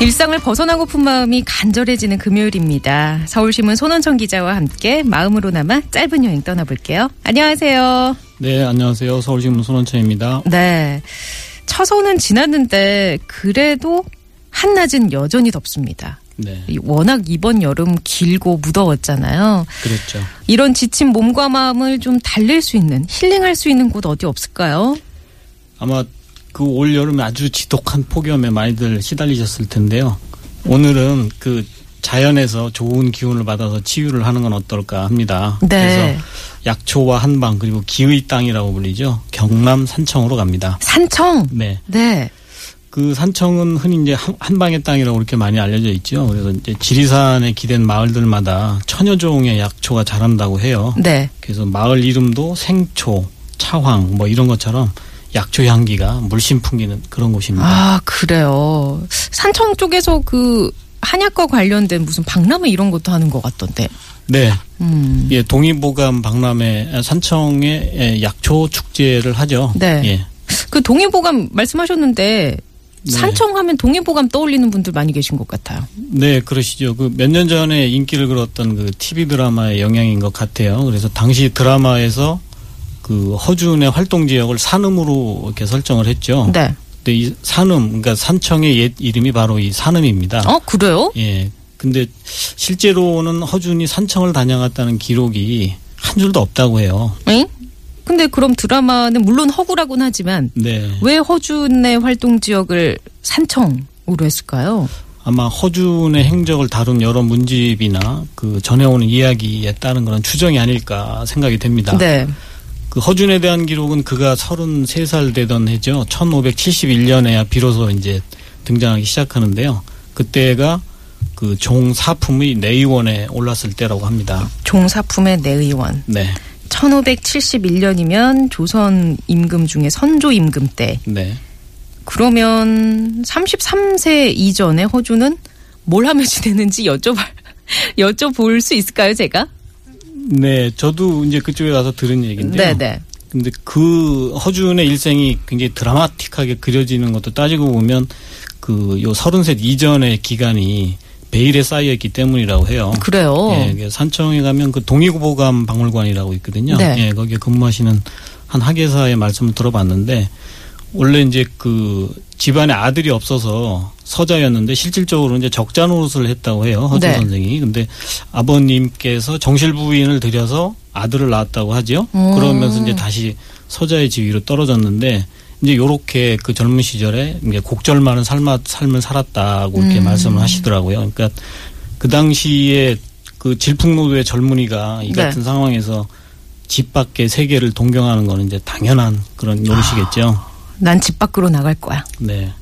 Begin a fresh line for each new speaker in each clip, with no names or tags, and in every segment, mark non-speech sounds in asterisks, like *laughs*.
일상을 벗어나고픈 마음이 간절해지는 금요일입니다. 서울신문 손원천 기자와 함께 마음으로나마 짧은 여행 떠나볼게요. 안녕하세요.
네, 안녕하세요. 서울신문 손원천입니다.
네. 처서는 지났는데 그래도 한낮은 여전히 덥습니다.
네,
이 워낙 이번 여름 길고 무더웠잖아요.
그랬죠.
이런 지친 몸과 마음을 좀 달랠 수 있는 힐링할 수 있는 곳 어디 없을까요?
아마 그 올 여름에 아주 지독한 폭염에 많이들 시달리셨을 텐데요. 오늘은 그 자연에서 좋은 기운을 받아서 치유를 하는 건 어떨까 합니다.
네.
그래서 약초와 한방 그리고 기의 땅이라고 불리죠. 경남 산청으로 갑니다.
산청.
네.
네.
그 산청은 흔히 이제 한- 한방의 땅이라고 이렇게 많이 알려져 있죠. 그래서 이제 지리산에 기댄 마을들마다 천여 종의 약초가 자란다고 해요.
네.
그래서 마을 이름도 생초, 차황 뭐 이런 것처럼 약초 향기가 물씬 풍기는 그런 곳입니다.
아, 그래요. 산청 쪽에서 그 한약과 관련된 무슨 박람회 이런 것도 하는 것 같던데.
네,
음.
예, 동의보감 박람회 아, 산청에 예, 약초 축제를 하죠.
네.
예.
그 동해보감 말씀하셨는데
네.
산청하면 동해보감 떠올리는 분들 많이 계신 것 같아요.
네, 그러시죠. 그 몇 년 전에 인기를 끌었던 그 TV 드라마의 영향인 것 같아요. 그래서 당시 드라마에서 그 허준의 활동 지역을 산음으로 이렇게 설정을 했죠.
네.
근데 이 산음, 그러니까 산청의 옛 이름이 바로 이 산음입니다.
어 그래요?
예. 근데 실제로는 허준이 산청을 다녀갔다는 기록이 한 줄도 없다고 해요.
응? 근데 그럼 드라마는 물론 허구라고는 하지만
네.
왜 허준의 활동 지역을 산청으로 했을까요?
아마 허준의 행적을 다룬 여러 문집이나 그 전해오는 이야기에 따른 그런 추정이 아닐까 생각이 됩니다.
네.
그 허준에 대한 기록은 그가 33살 되던 해죠. 1571년에야 비로소 이제 등장하기 시작하는데요. 그때가 그 종사품의 내의원에 올랐을 때라고 합니다.
종사품의 내의원.
네.
1571년이면 조선 임금 중에 선조 임금 때.
네.
그러면 33세 이전에 허준은 뭘 하며 지내는지 여쭤봐 *laughs* 여쭤볼 수 있을까요, 제가?
네. 저도 이제 그쪽에 가서 들은 얘기인데요.
네, 네.
근데 그 허준의 일생이 굉장히 드라마틱하게 그려지는 것도 따지고 보면 그 요 서른 셋 이전의 기간이 베일에 쌓여 있기 때문이라고 해요.
그래요.
예, 이게 산청에 가면 그 동의보감 박물관이라고 있거든요.
네.
예, 거기에 근무하시는 한 학예사의 말씀을 들어봤는데 원래 이제 그 집안에 아들이 없어서 서자였는데 실질적으로 이제 적자 노릇을 했다고 해요. 허준
네.
선생이. 근데 아버님께서 정실부인을 들여서 아들을 낳았다고 하죠.
음.
그러면서 이제 다시 서자의 지위로 떨어졌는데 이제 요렇게 그 젊은 시절에 이제 곡절 많은 삶아, 삶을 살았다고
음.
이렇게 말씀을 하시더라고요. 그러니까 그 당시에 그 질풍노도의 젊은이가 이
네.
같은 상황에서 집 밖의 세계를 동경하는 거는 이제 당연한 그런
아.
노릇이겠죠.
난 집 밖으로 나갈 거야.
네.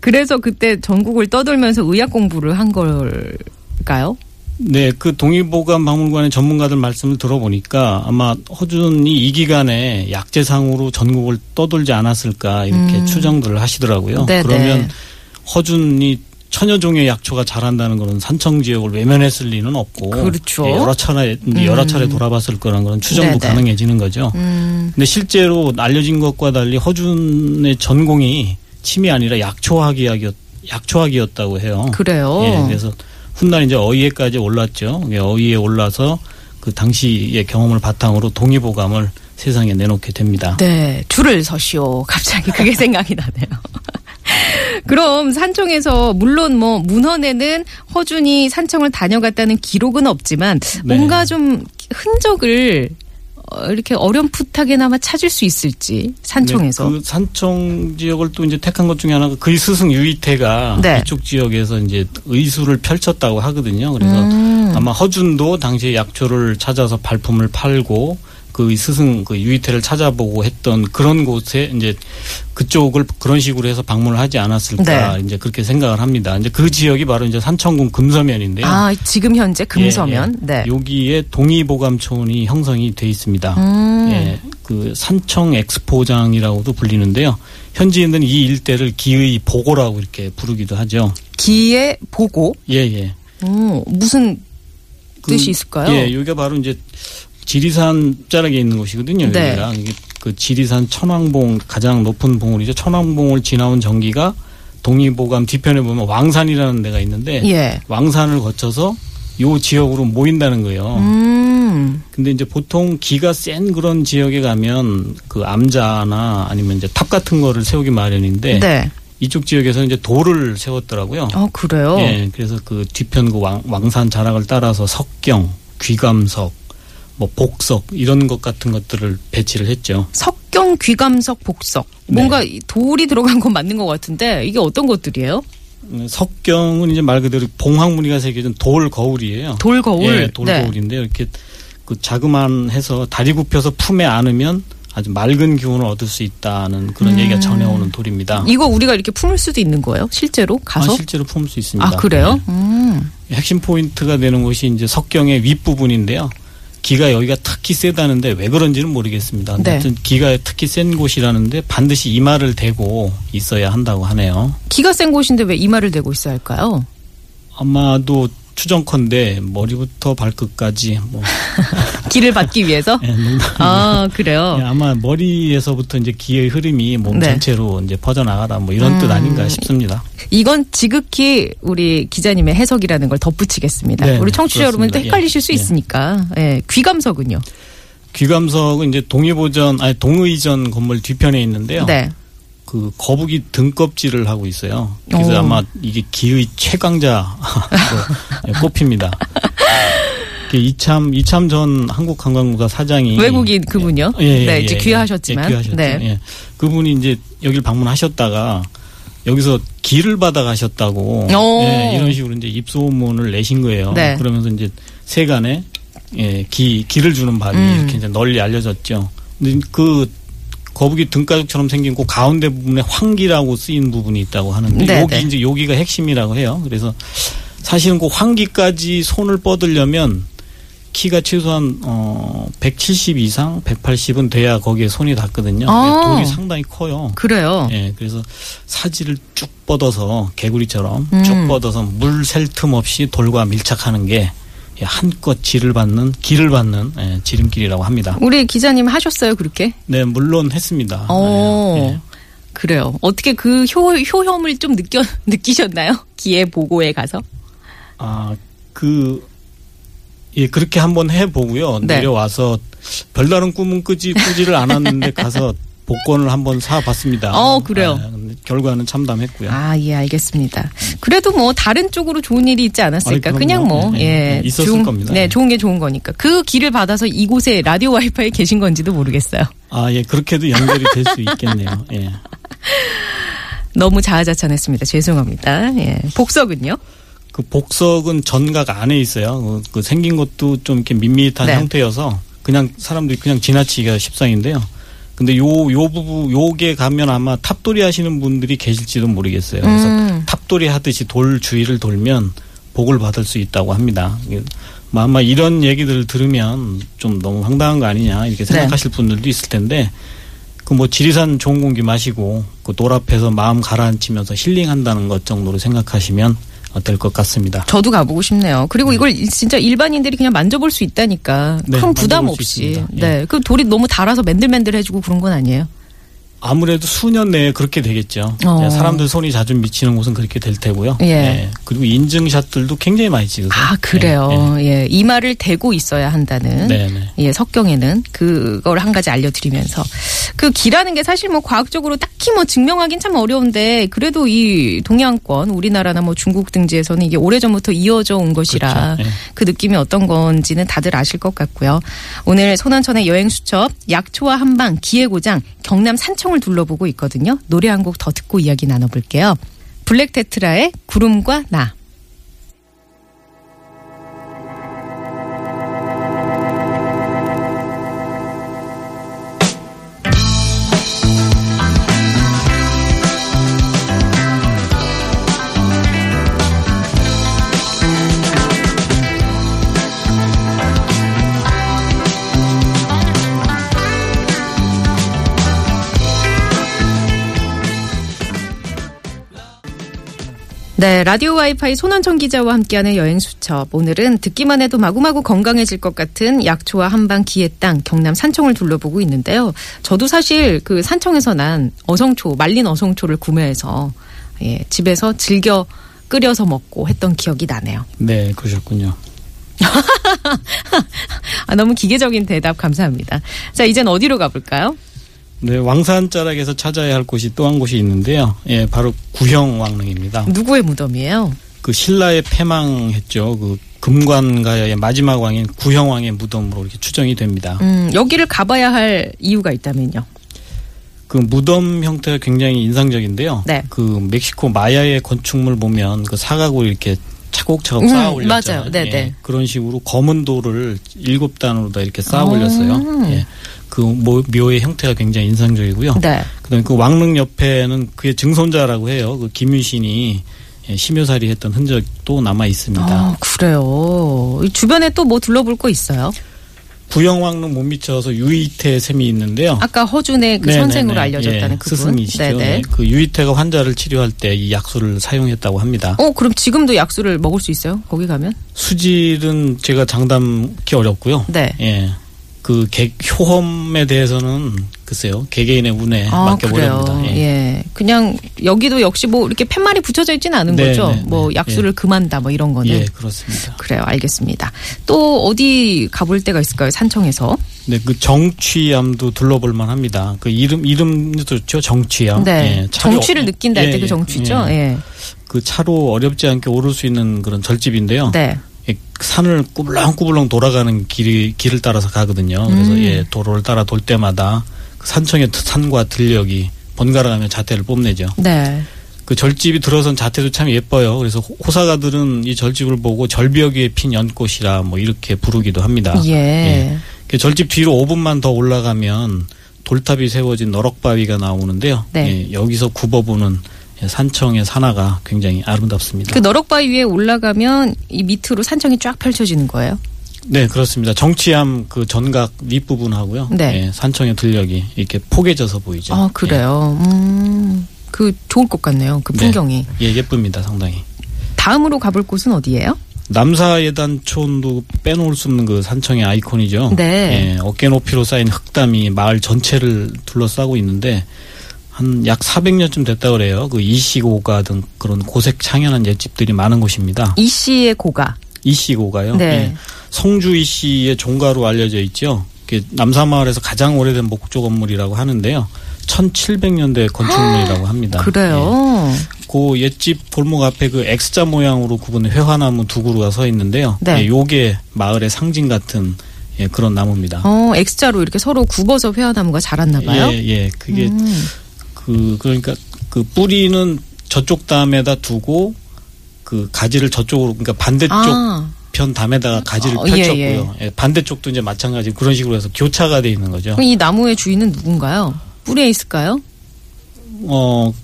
그래서 그때 전국을 떠돌면서 의학 공부를 한 걸까요?
네, 그 동의보감 박물관의 전문가들 말씀을 들어보니까 아마 허준이 이 기간에 약재상으로 전국을 떠돌지 않았을까 이렇게 추정들을 하시더라고요.
음. 네,
그러면
네.
허준이 천여 종의 약초가 자란다는 것은 산청 지역을 외면했을 리는 없고
그렇죠. 음.
예, 여러 차례 여러 차례 돌아봤을 거라는 그런
네,
추정도
네.
가능해지는 거죠. 근데 실제로 알려진 것과 달리 허준의 전공이 침이 아니라 약초학이었 약초학이었다고 해요.
그래요.
예, 그래서 훗날 이제 어휘에까지 올랐죠. 예, 어휘에 올라서 그 당시의 경험을 바탕으로 동의보감을 세상에 내놓게 됩니다.
네, 줄을 서시오. 갑자기 그게 *laughs* 생각이 나네요. 그럼 산청에서 물론 뭐 문헌에는 허준이 산청을 다녀갔다는 기록은 없지만
네.
뭔가 좀 흔적을 어, 이렇게 어렴풋하게나마 찾을 수 있을지 산청에서.
네, 그 산청 지역을 또 이제 택한 것 중에 하나가 그의 스승 유이태가
네.
이쪽 지역에서 이제 의수를 펼쳤다고 하거든요. 그래서
음.
아마 허준도 당시에 약초를 찾아서 발품을 팔고 그 스승 그 유이태를 찾아보고 했던 그런 곳에 이제 그쪽을 그런 식으로 해서 방문을 하지 않았을까
네.
이제 그렇게 생각을 합니다. 이제 그 지역이 바로 이제 산청군 금서면인데요.
아 지금 현재 금서면.
그, 예, 예.
네.
여기에 동의보감촌이 형성이 돼 있습니다.
음.
예, 그 산청 엑스포장이라고도 불리는데요. 현지인들은 이 일대를 기의 보고라고 이렇게 부르기도 하죠.
기의 보고.
예, 예.
오, 무슨
그-
뜻이 있을까요?
예, 여기가 바로 이제 지리산 자락에 있는 곳이거든요.
네.
여기가 이게 그 지리산 천왕봉 가장 높은 봉우리죠. 천왕봉을 지나온 전기가 동의보감 뒤편에 보면 왕산이라는 데가 있는데
예.
왕산을 거쳐서 요 지역으로 모인다는 거예요.
음.
근데 이제 보통 기가 센 그런 지역에 가면 그 암자나 아니면 이제 탑 같은 거를 세우기 마련인데
네.
이쪽 지역에서 이제 돌을 세웠더라고요.
어 그래요.
예, 그래서 그 뒤편 그 왕, 왕산 자락을 따라서 석경, 귀감석, 뭐 복석 이런 것 같은 것들을 배치를 했죠.
석경 귀감석 복석.
네.
뭔가 이 돌이 들어간 건 맞는 것 같은데 이게 어떤 것들이에요?
음, 석경은 이제 말 그대로 봉황 무늬가 새겨진 돌 거울이에요.
돌 거울. 네.
예, 돌 거울인데 이렇게 그 자그만해서 다리 굽혀서 품에 안으면 아주 맑은 기운을 얻을 수 있다는 그런 얘기가 전해오는 돌입니다.
음. 이거 우리가 이렇게 품을 수도 있는 거예요? 실제로 가서?
아, 실제로 품을 수 있습니다.
아, 그래요? 음.
네. 핵심 포인트가 되는 것이 이제 석경의 윗부분인데요. 기가 여기가 특히 세다는데 왜 그런지는 모르겠습니다.
네.
아무튼 기가 특히 센 곳이라는데 반드시 이마를 대고 있어야 한다고 하네요.
기가 센 곳인데 왜 이마를 대고 있어야 할까요?
아마도 추정컨대 머리부터 발끝까지 뭐
기를 받기 위해서?
*laughs* 예, 농담-
아, 그래요?
예, 아마 머리에서부터 이제 기의 흐름이 몸
네. 음.
전체로 이제 퍼져나가다 뭐 이런 뜻 아닌가 싶습니다.
이건 지극히 우리 기자님의 해석이라는 걸 덧붙이겠습니다.
네,
우리 청취자
그렇습니다.
여러분도
예.
헷갈리실 수
예.
있으니까. 예, 귀감석은요?
귀감석은 이제 동의보전 아니 동의전 건물 뒤편에 있는데요.
네.
그 거북이 등껍질을 하고 있어요. 그래서
오.
아마 이게 기의 최강자
*laughs*
꼽힙니다. 이게 이참 이참 전 한국관광공사 사장이
외국인 그분요?
예, 예,
네,
예,
이제
예.
귀화하셨지만.
예, 귀화하셨죠.
네.
예. 그분이 이제 여길 방문하셨다가 여기서 기를 받아 가셨다고
오.
예, 이런 식으로 이제 입소문을 내신 거예요.
네.
그러면서 이제 세간에 예, 기 기를 주는 밥이
음.
이렇게 이제 널리 알려졌죠. 근데 그 거북이 등가죽처럼 생긴 그 가운데 부분에 황기라고 쓰인 부분이 있다고 하는데
네,
여기
네.
이제 여기가 핵심이라고 해요. 그래서 사실은 그 황기까지 손을 뻗으려면 키가 최소한 어, 170 이상, 180은 돼야 거기에 손이 닿거든요.
아.
돌이 상당히 커요.
그래요.
예, 그래서 사지를 쭉 뻗어서 개구리처럼
음.
쭉 뻗어서 물 셀 틈 없이 돌과 밀착하는 게 예, 한껏 질을 받는 기를 받는 예, 지름길이라고 합니다.
우리 기자님 하셨어요, 그렇게?
네, 물론 했습니다.
어.
예.
그래요. 어떻게 그 효, 효험을 좀 느껴, *laughs* 느끼셨나요? 기회 보고에 가서?
아, 그, 예, 그렇게 한번 해보고요.
네.
내려와서 별다른 꿈은 꾸지, 꾸지를 않았는데
*laughs*
가서 복권을 한번 사봤습니다.
어, 그래요?
아, 근데 결과는 참담했고요.
아, 예, 알겠습니다. 그래도 뭐 다른 쪽으로 좋은 일이 있지 않았을까?
아이, 그럼요.
그냥 뭐
예,
예,
예, 예. 있었을
좋은,
겁니다.
네,
예.
좋은 게 좋은 거니까. 그 길을 받아서 이곳에 라디오 와이파이 계신 건지도 모르겠어요.
아, 예, 그렇게도 연결이 될 수 있겠네요. 예.
너무 자아자찬했습니다. 죄송합니다. 예. 복석은요?
그 복석은 전각 안에 있어요. 그, 그 생긴 것도 좀 이렇게 밋밋한
네.
형태여서 그냥 사람들이 그냥 지나치기가 십상인데요. 근데 요 요 부부 요게 가면 아마 탑돌이 하시는 분들이 계실지도 모르겠어요. 그래서
음.
탑돌이 하듯이 돌 주위를 돌면 복을 받을 수 있다고 합니다. 이게 뭐 아마 이런 얘기들을 들으면 좀 너무 황당한 거 아니냐 이렇게
네.
생각하실 분들도 있을 텐데 그 뭐 지리산 좋은 공기 마시고 그 돌 앞에서 마음 가라앉히면서 힐링한다는 것 정도로 생각하시면 될 것 같습니다.
저도 가보고 싶네요. 그리고 이걸 진짜 일반인들이 그냥 만져볼 수 있다니까
네,
큰 부담
만져볼 수
없이.
있습니다. 예.
네, 그 돌이 너무 달아서 맨들맨들해지고 그런 건 아니에요.
아무래도 수년 내에 그렇게 되겠죠.
어.
네, 사람들 손이 자주 미치는 곳은 그렇게 될 테고요.
예.
네, 그리고 인증샷들도 굉장히 많이 찍으세요.
아, 그래요. 예. 이 말을 대고 있어야 한다는.
네, 네.
예, 석경에는 그걸 한 가지 알려드리면서 그 기라는 게 사실 뭐 과학적으로 딱히 뭐 증명하긴 참 어려운데 그래도 이 동양권 우리나라나 뭐 중국 등지에서는 이게 오래전부터 이어져 온 것이라 그
그렇죠. 예.
느낌이 어떤 건지는 다들 아실 것 같고요. 오늘 손원천의 여행 수첩 약초와 한방 기해고장 경남 산청을 둘러보고 있거든요. 노래 한 곡 더 듣고 이야기 나눠볼게요. 블랙 테트라의 구름과 나. 네, 라디오 와이파이 손원청 기자와 함께하는 여행 수첩. 오늘은 듣기만 해도 마구마구 건강해질 것 같은 약초와 한방 기의 땅 경남 산청을 둘러보고 있는데요. 저도 사실 그 산청에서 난 어성초, 말린 어성초를 구매해서 예, 집에서 즐겨 끓여서 먹고 했던 기억이 나네요.
네, 그러셨군요.
아, 너무 기계적인 대답 감사합니다. 자, 이젠 어디로 가볼까요?
네, 왕산 자락에서 찾아야 할 곳이 또 한 곳이 있는데요. 예, 바로 구형 왕릉입니다.
누구의 무덤이에요?
그 신라의 패망했죠. 그 금관가야의 마지막 왕인 구형 왕의 무덤으로 이렇게 추정이 됩니다.
음, 여기를 가봐야 할 이유가 있다면요.
그 무덤 형태가 굉장히 인상적인데요.
네.
그 멕시코 마야의 건축물 보면 그 사각으로 이렇게 차곡차곡
음,
쌓아 올렸잖아요.
맞아요. 네,
예,
네.
그런 식으로 검은 돌을 일곱 단으로 다 이렇게 쌓아
오.
올렸어요. 예. 그 모- 묘의 형태가 굉장히 인상적이고요.
음. 네.
그다음에 그 왕릉 옆에는 그의 증손자라고 해요. 그 김유신이 예, 심요살이 했던 흔적도 남아 있습니다.
아, 그래요. 이 주변에 또 뭐 둘러볼 거 있어요?
구형왕릉 못 미쳐서 유이태 셈이 있는데요.
아까 허준의 그
네네네.
선생으로
예,
알려졌다는 그분.
스승이시죠.
네네.
네. 그 유이태가 환자를 치료할 때 이 약수를 사용했다고 합니다.
어, 그럼 지금도 약수를 먹을 수 있어요? 거기 가면?
수질은 제가 장담하기 어렵고요.
네.
예. 그 개- 효험에 대해서는 글쎄요 개개인의 운에
아,
예, 맡겨보렵니다.
그래요. 예.
예.
그냥 여기도 역시 뭐 이렇게 팻말이 붙여져 있지는 않은
네,
거죠.
네, 네.
뭐 약수를 금한다 뭐 이런 거는.
예, 그렇습니다.
그래요. 알겠습니다. 또 어디 가볼 데가 있을까요? 산청에서.
네, 그 정취암도 둘러볼 만합니다. 그 이름 이름도 좋죠, 정취암.
네.
예, 차로-
정취를 느낀다 할 때
예,
그
예,
정취죠.
예.
예.
그 차로 어렵지 않게 오를 수 있는 그런 절집인데요.
네.
예, 산을 꾸불렁꾸불렁 돌아가는 길이 길을 따라서 가거든요. 그래서
음.
예, 도로를 따라 돌 때마다 그 산청의 산과 들녘이 번갈아가며 자태를 뽐내죠.
네.
그 절집이 들어선 자태도 참 예뻐요. 그래서 호- 호사가들은 이 절집을 보고 절벽 위에 핀 연꽃이라 뭐 이렇게 부르기도 합니다.
예.
예. 그 절집 뒤로 5분만 더 올라가면 돌탑이 세워진 너럭바위가 나오는데요.
네.
예, 여기서 굽어보는 예, 산청의 산화가 굉장히 아름답습니다.
그 너럭바위 위에 올라가면 이 밑으로 산청이 쫙 펼쳐지는 거예요.
네, 그렇습니다. 정치암 그 전각 윗부분하고요.
네.
예, 산청의 들녘이 이렇게 포개져서 보이죠. 예.
아, 그래요. 음. 그 좋을 것 같네요. 그
네.
풍경이.
예, 예, 예쁩니다. 상당히.
다음으로 가볼 곳은 어디예요?
남사예단촌도 빼놓을 수 없는 그 산청의 아이콘이죠.
네.
예, 어깨 높이로 쌓인 흑담이 마을 전체를 둘러싸고 있는데 한 약 400년쯤 됐다 그래요. 그 이시고가 등 그런 고색 창연한 옛집들이 많은 곳입니다.
이 씨의 고가.
이시고가요.
네.
예, 성주 이씨의 종가로 알려져 있죠. 그게 남사마을에서 가장 오래된 목조 건물이라고 하는데요. 1700년대 건축물이라고 합니다. 예.
아, 그래요.
그 옛집 골목 앞에 그 X자 모양으로 구분된 회화나무 두 그루가 서 있는데요.
네.
예, 요게 마을의 상징 같은 예, 그런 나무입니다.
어, X자로 이렇게 서로 굽어서 회화나무가 자랐나 봐요.
예, 예. 그게
음.
그 그러니까 그 뿌리는 저쪽 담에다 두고 그 가지를 저쪽으로 그러니까 반대쪽
아,
편 담에다가 가지를
어, 예, 음.
펼쳤고요. 예, 반대쪽도 이제 마찬가지로 그런 식으로 해서 교차가 돼 있는 거죠.
그럼 이 나무의 주인은 누군가요? 뿌리에 있을까요?
어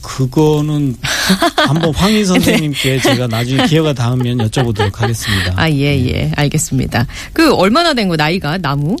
그거는
*laughs*
한번
네.
황희 선생님께 제가 나중에 기회가 닿으면 여쭤보도록 하겠습니다.
아, 예, 예. 알겠습니다. 그 얼마나 된 거 나이가 나무?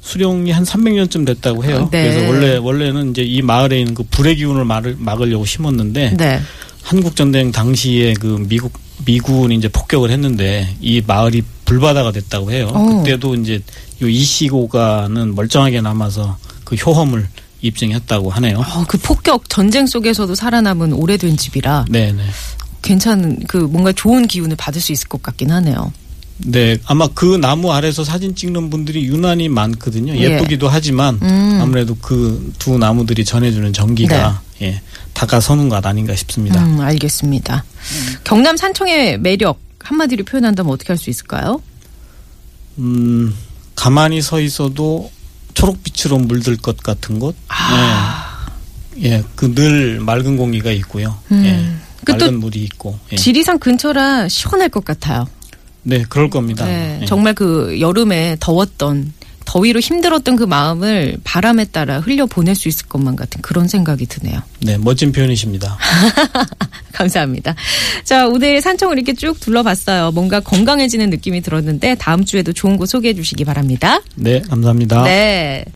수령이 한 300년쯤 됐다고 해요.
네.
그래서 원래 원래는 이제 이 마을에 있는 그 불의 기운을 막을, 막으려고 심었는데
네.
한국 전쟁 당시에 그 미국 미군이 이제 폭격을 했는데 이 마을이 불바다가
어.
됐다고 해요.
오.
그때도 이제 요 이시고가는 멀쩡하게 남아서 그 효험을 입증했다고 하네요.
어, 그 폭격 전쟁 속에서도 살아남은 오래된 집이라
네, 네.
괜찮은 그 뭔가 좋은 기운을 받을 수 있을 것 같긴 하네요.
네, 아마 그 나무 아래서 사진 찍는 분들이 유난히 많거든요.
예.
예쁘기도 하지만
음.
아무래도 그 두 나무들이 전해주는 전기가
네.
예, 다가서는 것 아닌가 싶습니다.
음, 알겠습니다. 경남 산청의 매력 한마디로 표현한다면 어떻게 할 수 있을까요?
음, 가만히 서 있어도 초록빛으로 물들 것 같은 곳. 예, 예, 그 늘 맑은 공기가 있고요.
아. 음.
예,
그 또
맑은 물이 있고. 예.
지리산 근처라 시원할 것 같아요.
네, 그럴 겁니다.
네,
예.
정말 그 여름에 더웠던 더위로 힘들었던 그 마음을 바람에 따라 흘려 보낼 수 있을 것만 같은 그런 생각이 드네요. *laughs*
네, 멋진 표현이십니다.
감사합니다. 자, 오늘 산청을 이렇게 쭉 둘러봤어요. 뭔가 건강해지는 느낌이 들었는데 다음 주에도 좋은 곳 소개해 주시기 바랍니다.
네, 감사합니다.
네.